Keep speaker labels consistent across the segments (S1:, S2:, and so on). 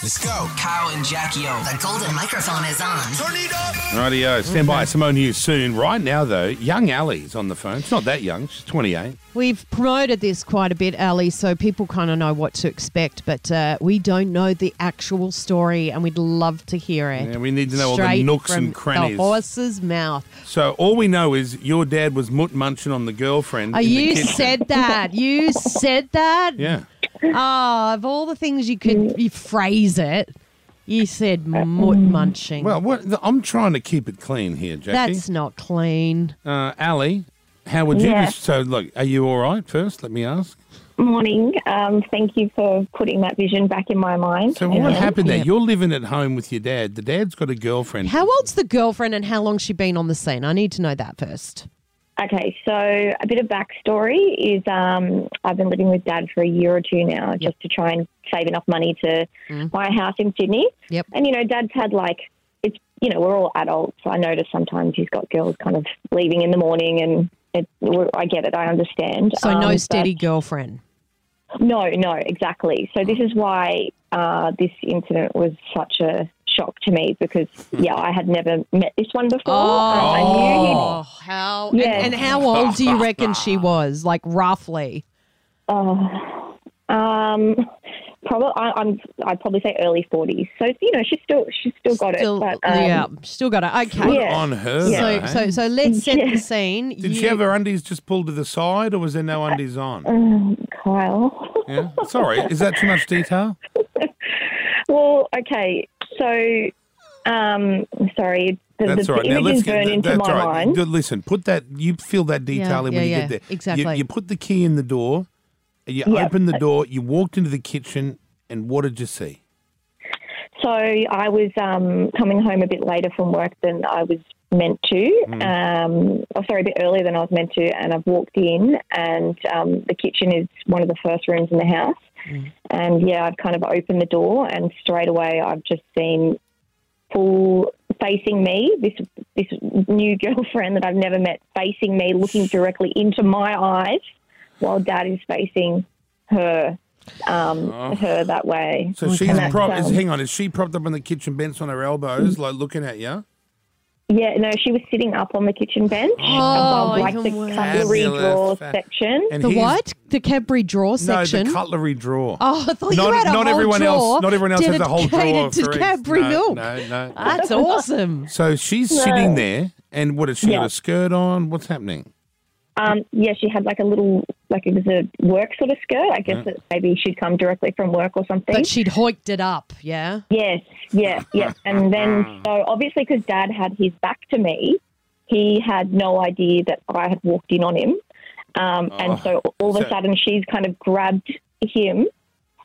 S1: Let's go.
S2: Kyle and Jackie O.
S3: The golden microphone is on.
S1: Turn it up.
S4: Rightio, stand by. Some more news soon. Right now, though, young Ali's on the phone. She's not that young. She's 28.
S5: We've promoted this quite a bit, Ali, so people kind of know what to expect, but uh, we don't know the actual story and we'd love to hear it.
S4: Yeah, we need to know all the
S5: Straight
S4: nooks
S5: from
S4: and crannies.
S5: The horse's mouth.
S4: So all we know is your dad was mutt munching on the girlfriend.
S5: Oh,
S4: in the
S5: you
S4: kitchen.
S5: said that. You said that.
S4: Yeah.
S5: Oh, of all the things you could you phrase it, you said mutt munching.
S4: Well, what, I'm trying to keep it clean here, Jackie.
S5: That's not clean.
S4: Uh, Ali, how would you?
S6: Yeah.
S4: des- So, look, are you all right? First, let me ask.
S6: Morning. Um, thank you for putting that vision back in my mind.
S4: So, what
S6: Yeah.
S4: happened there?
S5: Yeah.
S4: You're living at home with your dad. The dad's got a girlfriend.
S5: How old's the girlfriend and how long's she been on the scene? I need to know that first.
S6: Okay, so a bit of backstory is um, I've been living with dad for a year or two now, just to try and save enough money to buy a house in Sydney.
S5: Mm. Yep.
S6: And you know, dad's had like it's you know we're all adults. I notice sometimes he's got girls kind of leaving in the morning, and it, we're- I get it, I understand.
S5: So no
S6: Um, but-
S5: steady girlfriend.
S6: No, no, exactly. So this is why uh, this incident was such a shock to me because yeah, I had never met this one before. Um, I knew he'd
S5: Oh, how
S6: Yeah.
S5: and, and how old do you reckon she was? Like roughly. Oh.
S6: Um, probably I, I'm. I'd probably say early forties. So you know, she's still she's still got
S5: Still,
S6: it. But, um,
S5: yeah, still got it.
S4: Good
S5: Okay.
S6: Yeah.
S4: on her.
S5: So,
S4: though, eh?
S5: so, so let's set
S6: Yeah.
S5: the scene.
S4: Did she have her undies just pulled to the side, or was there no undies
S5: Uh,
S4: on?
S6: Kyle.
S4: Yeah. Sorry, is that too much detail?
S6: well, okay. So, um, sorry. The,
S4: That's
S6: the,
S4: all right.
S6: the
S4: Now let's
S6: images
S4: get
S6: burn
S4: th-
S6: into
S4: that's
S6: my
S4: all right.
S6: mind.
S4: D- Listen, put that. You feel that detail in
S5: yeah,
S4: when you
S5: yeah.
S4: get there. You- You,
S5: Exactly.
S4: put the key in the door. You
S6: Yeah.
S4: opened the door. You walked into the kitchen, and what did you see?
S6: So I was um, coming home a bit later from work than I was meant to. Um, oh, sorry, a bit earlier than I was meant to. And I've walked in, and um, the kitchen is one of the first rooms in the house. And yeah, I've kind of opened the door, and straight away I've just seen full facing me this this new girlfriend that I've never met facing me, looking directly into my eyes, while Dad is facing her. Um, her that way.
S4: So
S6: And
S4: she's
S6: that's,
S4: prop- is,
S6: um,
S4: hang on. Is she propped up on the kitchen bench on her
S5: Mm.
S4: elbows, like looking at you?
S6: Yeah, no, she was sitting up on the kitchen bench above like
S5: Oh, even
S6: the
S5: worse.
S6: cutlery
S4: Fabulous.
S6: drawer
S4: Fa-
S6: section.
S4: And
S5: The
S4: here's-
S5: what? The Cadbury drawer
S4: No,
S5: section.
S4: the cutlery drawer.
S5: Oh, I thought
S4: not
S5: you had a
S4: not
S5: whole
S4: everyone
S5: drawer
S4: else. Not everyone else has a whole drawer
S5: dedicated
S4: for
S5: to
S4: each-
S5: Cadbury
S4: no,
S5: milk.
S4: No, no.
S5: That's awesome.
S4: So she's sitting there, and what has she got
S6: Yeah.
S4: a skirt on? What's happening?
S6: Um, yeah, she had like a little, like it was a work sort of skirt. I
S4: Mm.
S6: guess that maybe she'd come directly from work or something.
S5: But she'd hoiked it up, yeah.
S6: yes, yeah, yeah. And
S4: Mm.
S6: then, so obviously, because dad had his back to me, he had no idea that I had walked in on him. Um, and so all of
S4: Oh, so-
S6: a sudden, she's kind of grabbed him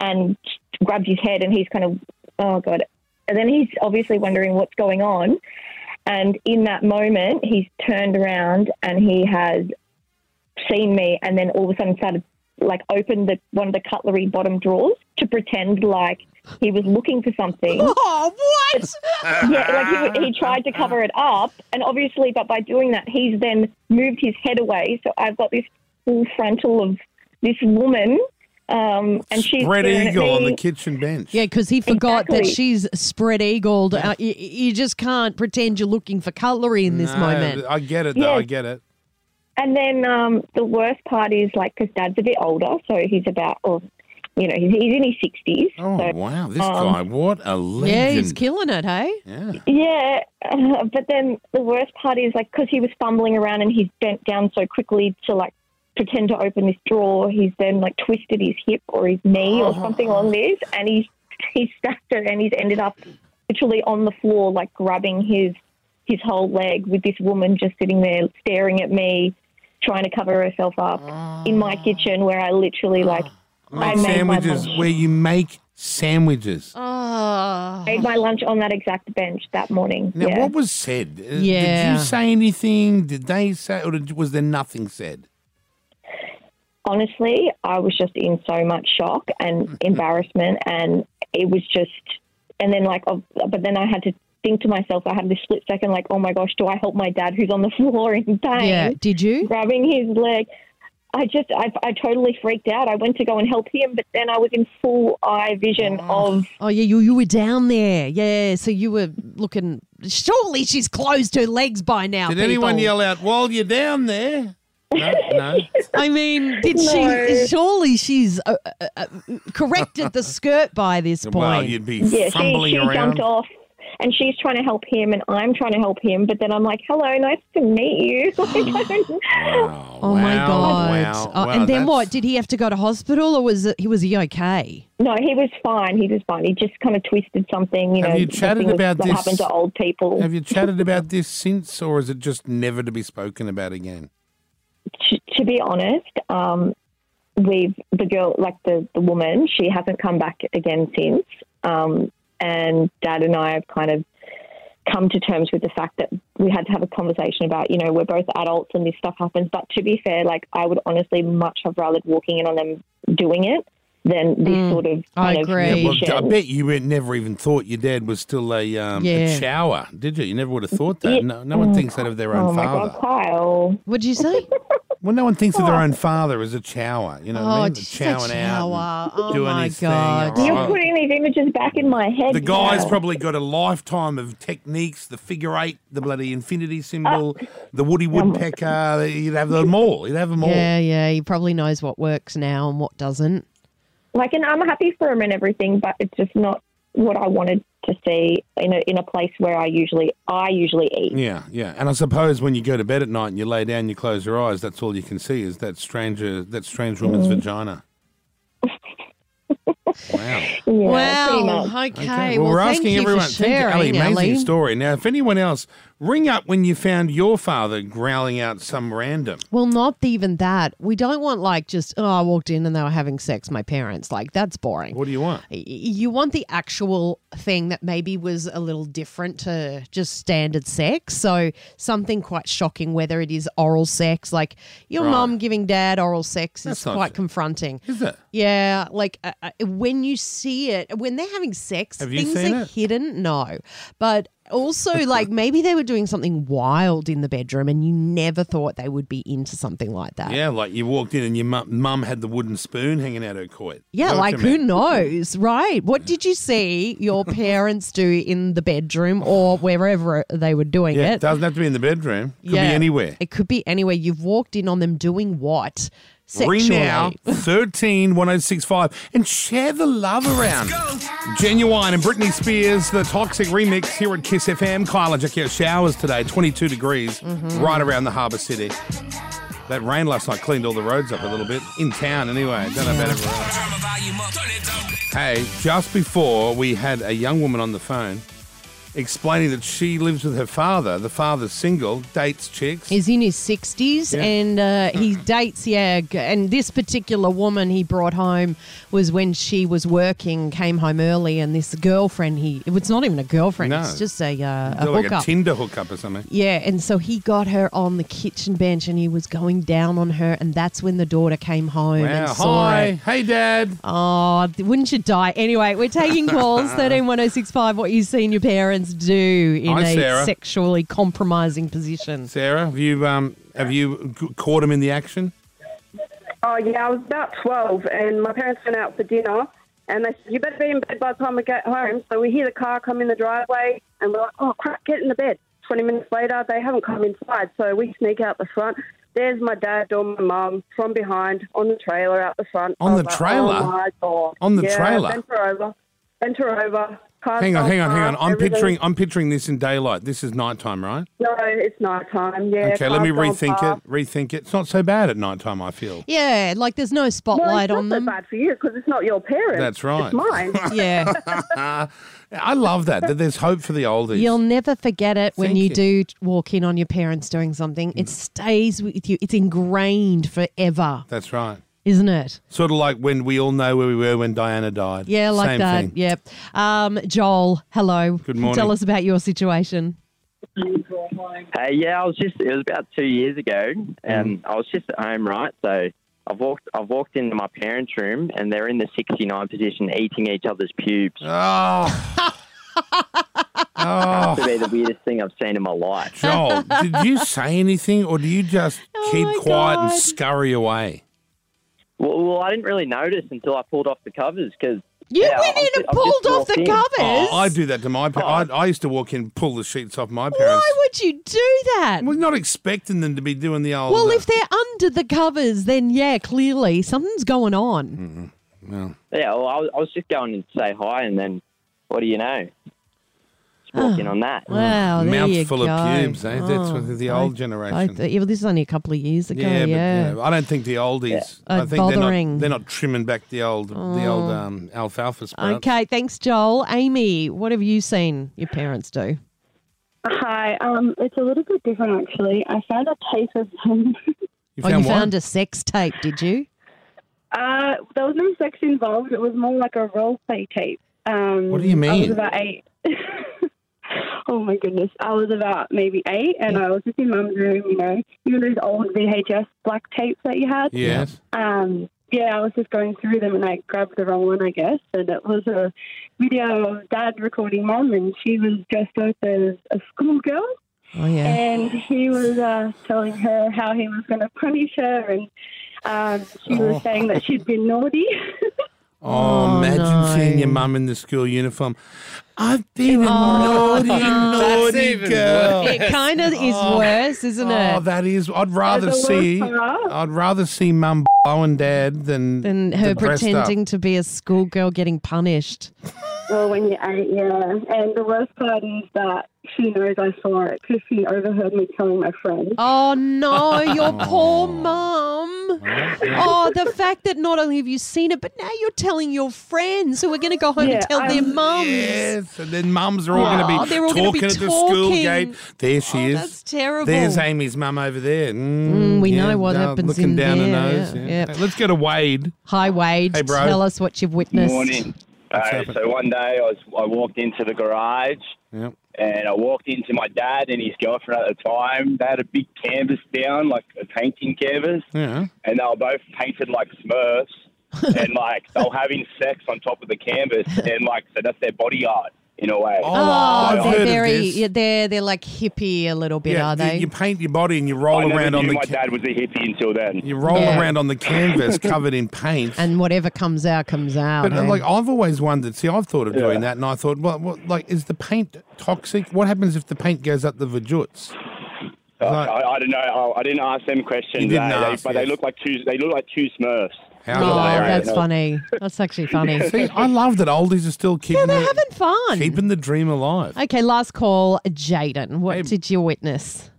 S6: and grabbed his head, and he's kind of, oh god. And then he's obviously wondering what's going on. And in that moment, he's turned around and he has seen me, and then all of a sudden started like opened the one of the cutlery bottom drawers to pretend like he was looking for something.
S5: Oh, what?
S6: yeah, like he, he tried to cover it up, and obviously, but by doing that, he's then moved his head away. So I've got this full frontal of this woman, um, and she's
S4: Spread
S6: staring at
S4: eagle on
S6: me.
S4: the kitchen bench.
S5: Yeah, because he forgot that
S6: Exactly.
S5: she's spread eagled. Uh, you, you just can't pretend you're looking for cutlery in this
S4: No,
S5: moment.
S4: I get it, though.
S6: Yeah.
S4: I get it.
S6: And then um, the worst part is like because dad's a bit older, so he's about, or you know, he's, he's in his sixties.
S4: Oh
S6: so,
S4: wow, this
S6: um,
S4: guy! What a legend!
S5: Yeah, he's killing it, hey?
S4: Yeah.
S6: Yeah, uh, but then the worst part is like because he was fumbling around and he's bent down so quickly to like pretend to open this drawer, he's then like twisted his hip or his knee
S4: Oh.
S6: or something on this, and he's he's stacked it and he's ended up literally on the floor like grabbing his his whole leg with this woman just sitting there staring at me, trying to cover herself up in my kitchen where I literally like I
S4: Make
S6: made my
S4: Oh. sandwiches
S6: lunch,
S4: where you make sandwiches.
S5: Oh.
S6: made my lunch on that exact bench that morning.
S4: Now,
S6: yeah.
S4: what was said? Uh, Did
S5: Yeah.
S4: you say anything? Did they say, or did, was there nothing said?
S6: honestly, I was just in so much shock
S4: Mm-hmm.
S6: and embarrassment, and it was just, and then like, oh, but then I had to think to myself, I had this split second, like, oh my gosh, do I help my dad who's on the floor in pain,
S5: Yeah, did you?
S6: grabbing his leg? I just, I, I totally freaked out. I went to go and help him, but then I was in full eye vision of
S5: Oh yeah, you you were down there. Yeah, so you were looking. Surely she's closed her legs by now.
S4: Did anyone
S5: people.
S4: yell out, while you're down there? No, no.
S5: I mean, did
S6: No.
S5: she? Surely she's uh, uh, uh, corrected the skirt by this point.
S4: Well, you'd be
S6: yeah, she,
S4: fumbling
S6: she
S4: around.
S6: jumped off and she's trying to help him and I'm trying to help him. But then I'm like, hello, nice to meet you. Like, I don't-
S4: Wow,
S5: oh my
S4: wow,
S5: god!
S4: wow,
S5: Oh,
S4: wow,
S5: and then
S4: that's-
S5: what? Did he have to go to hospital, or was it, he was he okay?
S6: no, he was fine. He was fine. He just kind of twisted something. You
S4: Have
S6: know,
S4: you chatted
S6: something
S4: about
S6: that
S4: this?
S6: happened to old people.
S4: Have you chatted about this since, or is it just never to be spoken about again?
S6: to, to be honest, um, we've the girl, like the, the woman, she hasn't come back again since. Um, and dad and I have kind of come to terms with the fact that we had to have a conversation about, you know, we're both adults and this stuff happens. But to be fair, like I would honestly much have rather walking in on them doing it than this sort of
S5: Mm. I
S6: kind of
S5: agree. Yeah,
S4: Well, I
S6: condition.
S4: bet you had never even thought your dad was still a, um,
S5: Yeah.
S4: a shower, did you? You never would have thought that.
S6: Yeah.
S4: No, no one thinks that of their own
S6: Oh my
S4: father.
S6: god, Kyle!
S5: What did you say?
S4: Well, no one thinks of their own father as a chower. You know what I
S5: oh,
S4: mean?
S5: just
S4: Chowing
S5: such
S4: out.
S5: shower. Oh
S4: doing
S5: my
S4: his thing,
S5: god!
S4: all
S6: You're
S4: right.
S6: putting these images back in my head.
S4: and- The guy's
S6: now.
S4: probably got a lifetime of techniques, the figure eight, the bloody infinity symbol, the Woody Woodpecker. You'd have them all. You'd have them all.
S5: Yeah, yeah. He probably knows what works now and what doesn't.
S6: like, and I'm happy for him and everything, but it's just not what I wanted to see in a in a place where I usually I usually eat.
S4: Yeah, yeah. And I suppose when you go to bed at night and you lay down, you close your eyes, that's all you can see is that stranger, that strange woman's vagina. Wow.
S6: Yeah, pretty much.
S5: wow. Okay.
S4: Okay,
S5: Well,
S4: we're
S5: thank
S4: asking
S5: you
S4: everyone.
S5: for
S4: thank you,
S5: sharing,
S4: Ellie. Amazing
S5: Ellie.
S4: story. Now, if anyone else, ring up when you found your father growling out some random.
S5: Well, not even that. We don't want like just oh, I walked in and they were having sex. My parents like that's boring.
S4: What do you want?
S5: Y- You want the actual thing that maybe was a little different to just standard sex. So something quite shocking, whether it is oral sex, like your
S4: Right.
S5: mum giving dad oral sex,
S4: That's
S5: is
S4: not
S5: quite
S4: fair.
S5: confronting.
S4: Is it?
S5: Yeah, like uh, uh, when you see it, when they're having sex,
S4: Have you
S5: things
S4: seen
S5: are
S4: it?
S5: hidden. No, but also like maybe they were doing something wild in the bedroom, and you never thought they would be into something like that.
S4: Yeah, like you walked in and your mum, mum had the wooden spoon hanging out her coit.
S5: Yeah,
S4: Welcome
S5: like who
S4: in.
S5: knows, right? What did you see your parents do in the bedroom or wherever they were doing
S4: Yeah, it
S5: it?
S4: doesn't have to be in the bedroom. Could
S5: Yeah.
S4: be anywhere.
S5: It could be anywhere. You've walked in on them doing what? Sexually.
S4: Ring now, 13 1065, and share the love around. Genuine and Britney Spears, the toxic remix here at Kiss FM. Kyle and Jackie, showers today, 22 degrees,
S5: Mm-hmm.
S4: right around the harbour city. That rain last night cleaned all the roads up a little bit. In town, anyway. Don't know about everywhere. else.
S1: Turn my volume up. Turn it down.
S4: Hey, just before we had a young woman on the phone explaining that she lives with her father. The father's single, dates chicks.
S5: Is in his 60s
S4: Yeah.
S5: and uh, he dates, yeah. g- And this particular woman he brought home was when she was working, came home early, and this girlfriend he, it was not even a girlfriend,
S4: No.
S5: it's just a,
S4: Is
S5: uh,
S4: it
S5: a
S4: like
S5: hookup.
S4: a Tinder hookup or something.
S5: Yeah, and so he got her on the kitchen bench and he was going down on her, and that's when the daughter came home and
S4: Wow.
S5: saw
S4: Hi.
S5: it.
S4: Hey, Dad.
S5: Oh, th- wouldn't you die? Anyway, we're taking calls 131065 what you've seen your parents do in
S4: Hi,
S5: a
S4: Sarah.
S5: sexually compromising position.
S4: Sarah, have you um have you g- caught him in the action?
S2: Oh yeah, I was about twelve, and my parents went out for dinner, and they said, "You better be in bed by the time we get home." So we hear the car come in the driveway, and we're like, "Oh crap, get in the bed." Twenty minutes later, they haven't come inside, so we sneak out the front. There's my dad or my mum from behind on the trailer out the front.
S4: On
S2: I
S4: the
S2: was like,
S4: trailer?
S2: oh my God.
S4: On the
S2: yeah,
S4: trailer?
S2: Bent her over. Bent her over. Cars
S4: Hang on,
S2: fast
S4: hang on, hang on.
S2: past,
S4: I'm
S2: everything-
S4: picturing I'm picturing this in daylight. This is nighttime, right?
S2: No, it's night time. Yeah.
S4: Okay, let me
S2: cars gone
S4: rethink
S2: past.
S4: it. Rethink it. It's not so bad at nighttime, I feel.
S5: Yeah, like there's no
S2: Well,
S5: spotlight
S2: it's not
S5: on
S2: so
S5: them.
S2: bad for you because it's not your parents.
S4: That's right.
S2: It's mine.
S5: Yeah,
S4: I love that that there's hope for the oldies.
S5: you'll never forget it when
S4: Thank
S5: you,
S4: you. Mm.
S5: do t- walk in on your parents doing something. It stays with you, it's ingrained forever,
S4: That's right.
S5: isn't it?
S4: Sort of like when we all know where we were when Diana died.
S5: Yeah, like
S4: Same
S5: that.
S4: Thing.
S5: Yep. Um, Joel, hello.
S4: Good morning.
S5: Tell us about your situation.
S7: Uh, yeah, I was just. It was about two years ago, and I was just at home, right? So I've walked. I've walked into my parents' room, and they're in the sixty-nine position, eating each other's pubes.
S4: Oh. oh.
S7: to be the weirdest thing I've seen in my life.
S4: Joel, did you say anything or do you just keep
S5: Oh my
S4: quiet
S5: God.
S4: and scurry away?
S7: Well, well, I didn't really notice until I pulled off the covers because
S5: You went in and pulled off the covers.
S4: Oh, I do that to my parents. I, I used to walk in, pull the sheets off my parents.
S5: Why would you do that?
S4: We're not expecting them to be doing the old.
S5: Well,
S4: uh,
S5: if they're under the covers, then yeah, clearly something's going on.
S4: well,
S7: Yeah, well, I was, I was just going in to say hi, and then what do you know? Just walking on that.
S5: Wow, there you
S4: mouthful
S5: go.
S4: Mm.
S5: Oh,
S4: of pubes, eh? That's what the old
S5: I
S4: generation.
S5: th- yeah, well, this is only a couple of years ago. Yeah,
S4: but you know, I don't think the oldies.
S5: Uh,
S4: I think they're
S5: bothering. Oh.
S4: not, they're not trimming back the old the old um, alfalfa sprouts.
S5: okay, thanks, Joel. Amy, what have you seen your parents do?
S1: Hi, um, it's a little bit different actually. I found a tape of him.
S4: You
S5: oh, you
S4: found one.
S5: found a sex tape, did you?
S1: Uh, there was no sex involved. It was more like a role play tape. Um,
S4: What do you
S1: I was
S4: mean?
S1: about eight. oh my goodness, I was about maybe eight, and I was just in mum's room. You know, you know those old VHS black tapes that you had.
S4: Yes.
S1: Um, yeah, I was just going through them, and I grabbed the wrong one, I guess. And it was a video of dad recording mum, and she was dressed up as a schoolgirl.
S5: Oh, yeah.
S1: and he was uh, telling her how he was going to punish her, and um, she was saying that she'd been naughty.
S4: Oh,
S5: Oh,
S4: imagine
S5: no. Oh,
S4: seeing your mum in the school uniform. I've been a Oh, naughty, naughty girl.
S5: It kind of is worse, isn't
S4: Oh,
S5: it?
S4: that is. I'd rather
S1: There's a
S4: see.
S1: worst part.
S4: I'd rather see mum blowing dad than
S5: than her
S4: the dressed up.
S5: pretending to be a schoolgirl getting punished.
S1: well, when you're eight, yeah. And the worst part is that she knows I saw it because she overheard me telling my friend.
S5: Oh no, your
S4: Oh.
S5: poor mum. Oh, the fact that not only have you seen it, but now you're telling your friends who are going to go home
S1: Yeah,
S5: and tell their
S1: I'm-
S5: mums.
S4: Yes, and then mums are all
S5: Oh,
S4: going to be
S5: they're all gonna be
S4: talking at the school
S5: talking.
S4: gate. There she
S5: Oh,
S4: is.
S5: that's terrible.
S4: There's Amy's mum over there. Mm,
S5: Mm, we
S4: yeah,
S5: know what
S4: uh,
S5: happens
S4: looking
S5: in
S4: down
S5: there,
S4: her nose.
S5: yeah,
S4: yeah.
S5: yeah.
S4: Hey, let's go to Wade.
S5: Hi, Wade.
S4: Hey, bro.
S5: Tell us what you've witnessed.
S8: Morning.
S4: What's
S8: Uh,
S4: happened?
S8: so one day I, was, I walked into the garage
S4: Yep.
S8: and I walked into my dad and his girlfriend at the time. They had a big canvas down, like a painting canvas,
S4: Yeah.
S8: and they were both painted like Smurfs. and like they were having sex on top of the canvas, and like so that's their body art in a way.
S4: Oh, I've
S5: Oh,
S4: heard
S5: they're
S4: of
S5: very
S4: this.
S5: yeah, they're they're like hippie a little bit,
S4: yeah,
S5: are
S4: you-
S5: they?
S4: You, paint your body and you roll
S8: I never
S4: around on
S8: knew
S4: the
S8: my
S4: ca-
S8: dad was a hippie until then.
S4: you roll
S5: Yeah.
S4: around on the canvas covered in paint.
S5: and whatever comes out comes out.
S4: but uh,
S5: eh?
S4: like I've always wondered. See, I've thought of doing that, and I thought, well, what, like, is the paint toxic? What happens if the paint goes up the vajuts?
S8: I,
S4: Like-
S8: Uh, I, I don't know. I, I didn't ask them questions.
S4: You didn't
S8: eh? They-
S4: ask,
S8: but
S4: yes.
S8: they look like two. They look like two Smurfs.
S4: How
S5: oh,
S4: hilarious.
S5: that's funny. That's actually funny.
S4: See, I love that oldies are still keeping
S5: They're
S4: the,
S5: having fun.
S4: keeping the dream alive.
S5: Okay, last call, Jaden. What
S4: Hey.
S5: did you witness?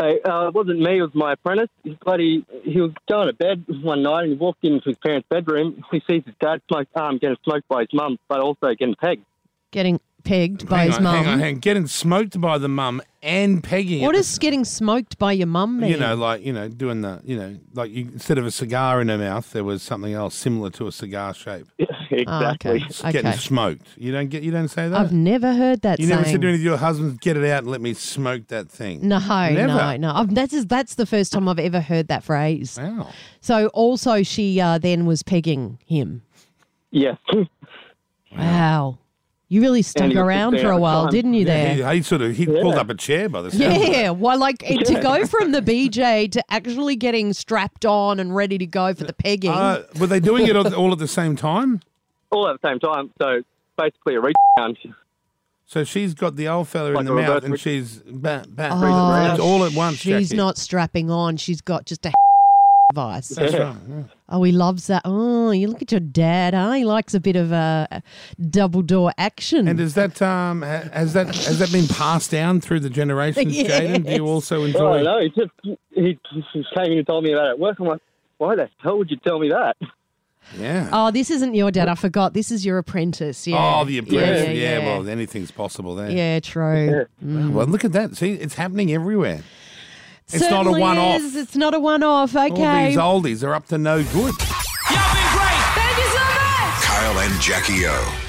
S9: Hey, uh, it wasn't me. It was my apprentice. He bloody, he was going to bed one night and he walked into his parents' bedroom. He sees his dad smoke, um, getting smoked by his mum, but also getting pegged.
S5: Getting pegged by
S4: hang
S5: his
S4: on,
S5: mum.
S4: hang on, hang on. Getting smoked by the mum and pegging.
S5: What
S4: it.
S5: does getting smoked by your mum mean?
S4: You know, like you know, doing the you know, like you, instead of a cigar in her mouth, there was something else similar to a cigar shape.
S5: Oh, okay.
S4: Getting
S5: okay.
S4: smoked. You don't get. You don't say that.
S5: I've never heard that
S4: you
S5: saying.
S4: never said to any of your husbands, "Get it out and let me smoke that thing."
S5: no, no,
S4: Never.
S5: no. I've, that's just- that's the first time I've ever heard that phrase.
S4: Wow.
S5: So also, she uh, then was pegging him.
S9: Yes.
S5: Wow, you really stuck
S9: he was
S5: around
S9: there
S5: for
S9: at
S5: a
S9: the
S5: while,
S9: time.
S5: didn't you? There,
S4: He, he sort of he pulled up a chair by the sound. of it.
S5: Yeah, well, like eh, to go from the BJ to actually getting strapped on and ready to go for the pegging.
S4: Uh, were they doing it all all at the same time?
S9: All at the same time. So basically a reach down.
S4: So she's got the old fella in
S9: Like
S4: the
S9: a
S4: mouth,
S9: reverse
S4: and
S9: rich-
S4: she's bat, bat,
S5: Oh,
S4: It's all at once.
S5: she's
S4: Jackie.
S5: not strapping on. She's got just a device.
S4: That's right. yeah.
S5: Oh, he loves that. Oh, you look at your dad, huh? He likes a bit of uh, double door action.
S4: And is that um ha- has that has that been passed down through the generations, Jaden? Do you also
S9: Oh,
S4: enjoy?
S9: I know. He just, he, he came in and told me about it at work. I'm like, why the hell would you tell me that?
S4: Yeah.
S5: oh, this isn't your dad. I forgot. This is your apprentice. Yeah.
S4: Oh, the apprentice. Yeah,
S5: yeah.
S4: well, anything's possible there.
S5: Yeah, true.
S4: Wow, Well, look at that. See, it's happening everywhere. It's not a
S5: Certainly
S4: one-off.
S5: is. It's not a one off. Okay.
S4: All these oldies are up to no good.
S10: Kyle and Jackie O.